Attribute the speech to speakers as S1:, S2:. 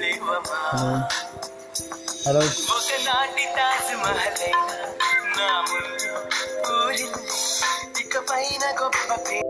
S1: हाँ हेलो
S2: గొప్ప